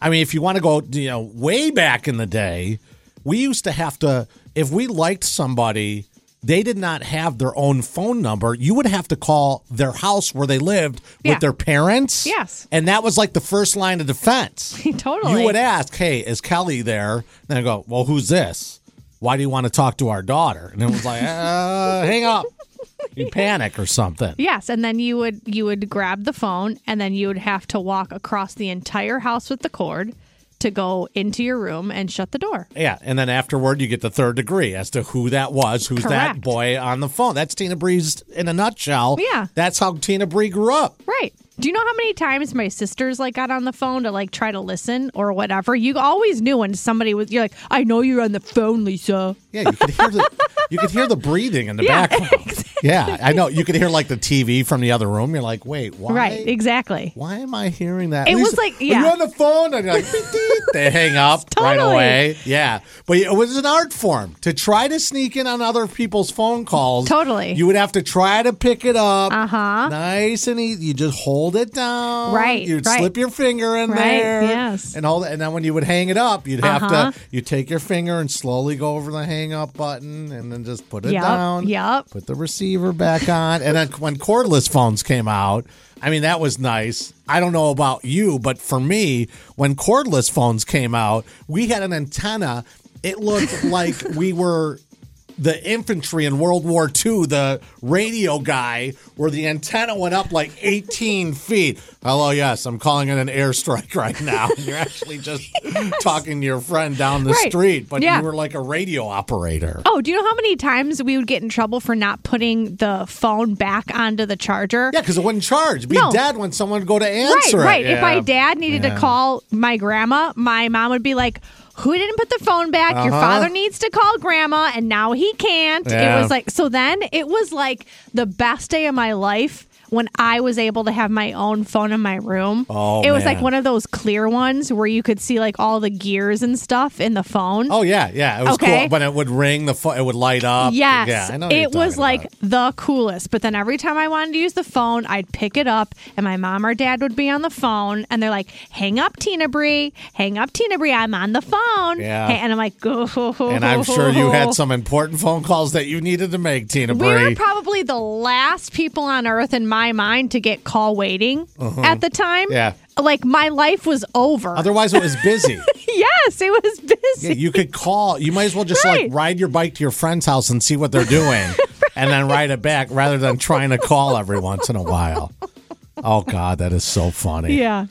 I mean, if you want to go, you know, way back in the day, we used to have to if we liked somebody, they did not have their own phone number. You would have to call their house where they lived Yeah. with their parents. Yes. And that was like the first line of defense. Totally. You would ask, "Hey, is Kelly there?" Then I go, "Well, who's this? Why do you want to talk to our daughter?" And it was like, uh, "Hang up." You panic or something. Yes, and then you would you would grab the phone and then you would have to walk across the entire house with the cord to go into your room and shut the door. Yeah, and then afterward, you get the third degree as to who that was, who's Correct. that boy on the phone. That's Tina Bree's in a nutshell. Yeah. that's how Tina Bree grew up. Right. Do you know how many times my sisters like got on the phone to like try to listen or whatever? You always knew when somebody was you're like, "I know you're on the phone, Lisa." Yeah, you could hear the you could hear the breathing in the Yeah, background. Yeah, I know. You could hear like the TV from the other room. You're like, wait, why? Right, exactly. Why am I hearing that? It was Lisa, like- are yeah. you on the phone, and you're like, beep, beep. they hang up right Totally. away. Yeah, but it was an art form to try to sneak in on other people's phone calls. Totally. you would have to try to pick it up. Uh Uh-huh. Nice and easy. You just hold it down. Right, You'd right. slip your finger in Right, there. yes. And hold it. And then when you would hang it up, you'd have Uh-huh. to you take your finger and slowly go over the hang up button, and then just put it Yep, down. yep. Put the receiver back on. And then when cordless phones came out, I mean, that was nice. I don't know about you, but for me, when cordless phones came out, we had an antenna. It looked like we were the infantry in World War II, the radio guy, where the antenna went up like 18 feet. Hello, yes, I'm calling it an airstrike right now. You're actually just talking to your friend down the Right. street, but Yeah. you were like a radio operator. Oh, do you know how many times we would get in trouble for not putting the phone back onto the charger? Yeah, because it wouldn't charge. It'd Be No. dead when someone would go to answer right, right. it. If my Yeah. dad needed to call my grandma, my mom would be like, "Who didn't put the phone back? Your Uh-huh. father needs to call grandma, and now he can't." It Yeah. was like so. Then it was like the best day of my life when I was able to have my own phone in my room. Oh, it was like man. one of those clear ones where you could see like all the gears and stuff in the phone. Oh yeah, yeah, it was Okay. cool. But it would ring the phone. It would light up. Yes. yeah, I know what you're it was talking like about. the coolest. But then every time I wanted to use the phone, I'd pick it up and my mom or dad would be on the phone and they're like, hang up, Tina Bree. Hang up, Tina Bree. I'm on the phone. Yeah. Hey, And I'm like, And I'm sure you had some important phone calls that you needed to make, Tina We Bree. were probably the last people on earth in my mind to get call waiting at the time. Uh-huh. Yeah. Like my life was over. Otherwise, it was busy. yes, it was busy. Yeah, you could call. You might as well just Right. like ride your bike to your friend's house and see what they're doing, and then ride it back rather than trying to call every once in a while. Oh God, that is so funny. yeah.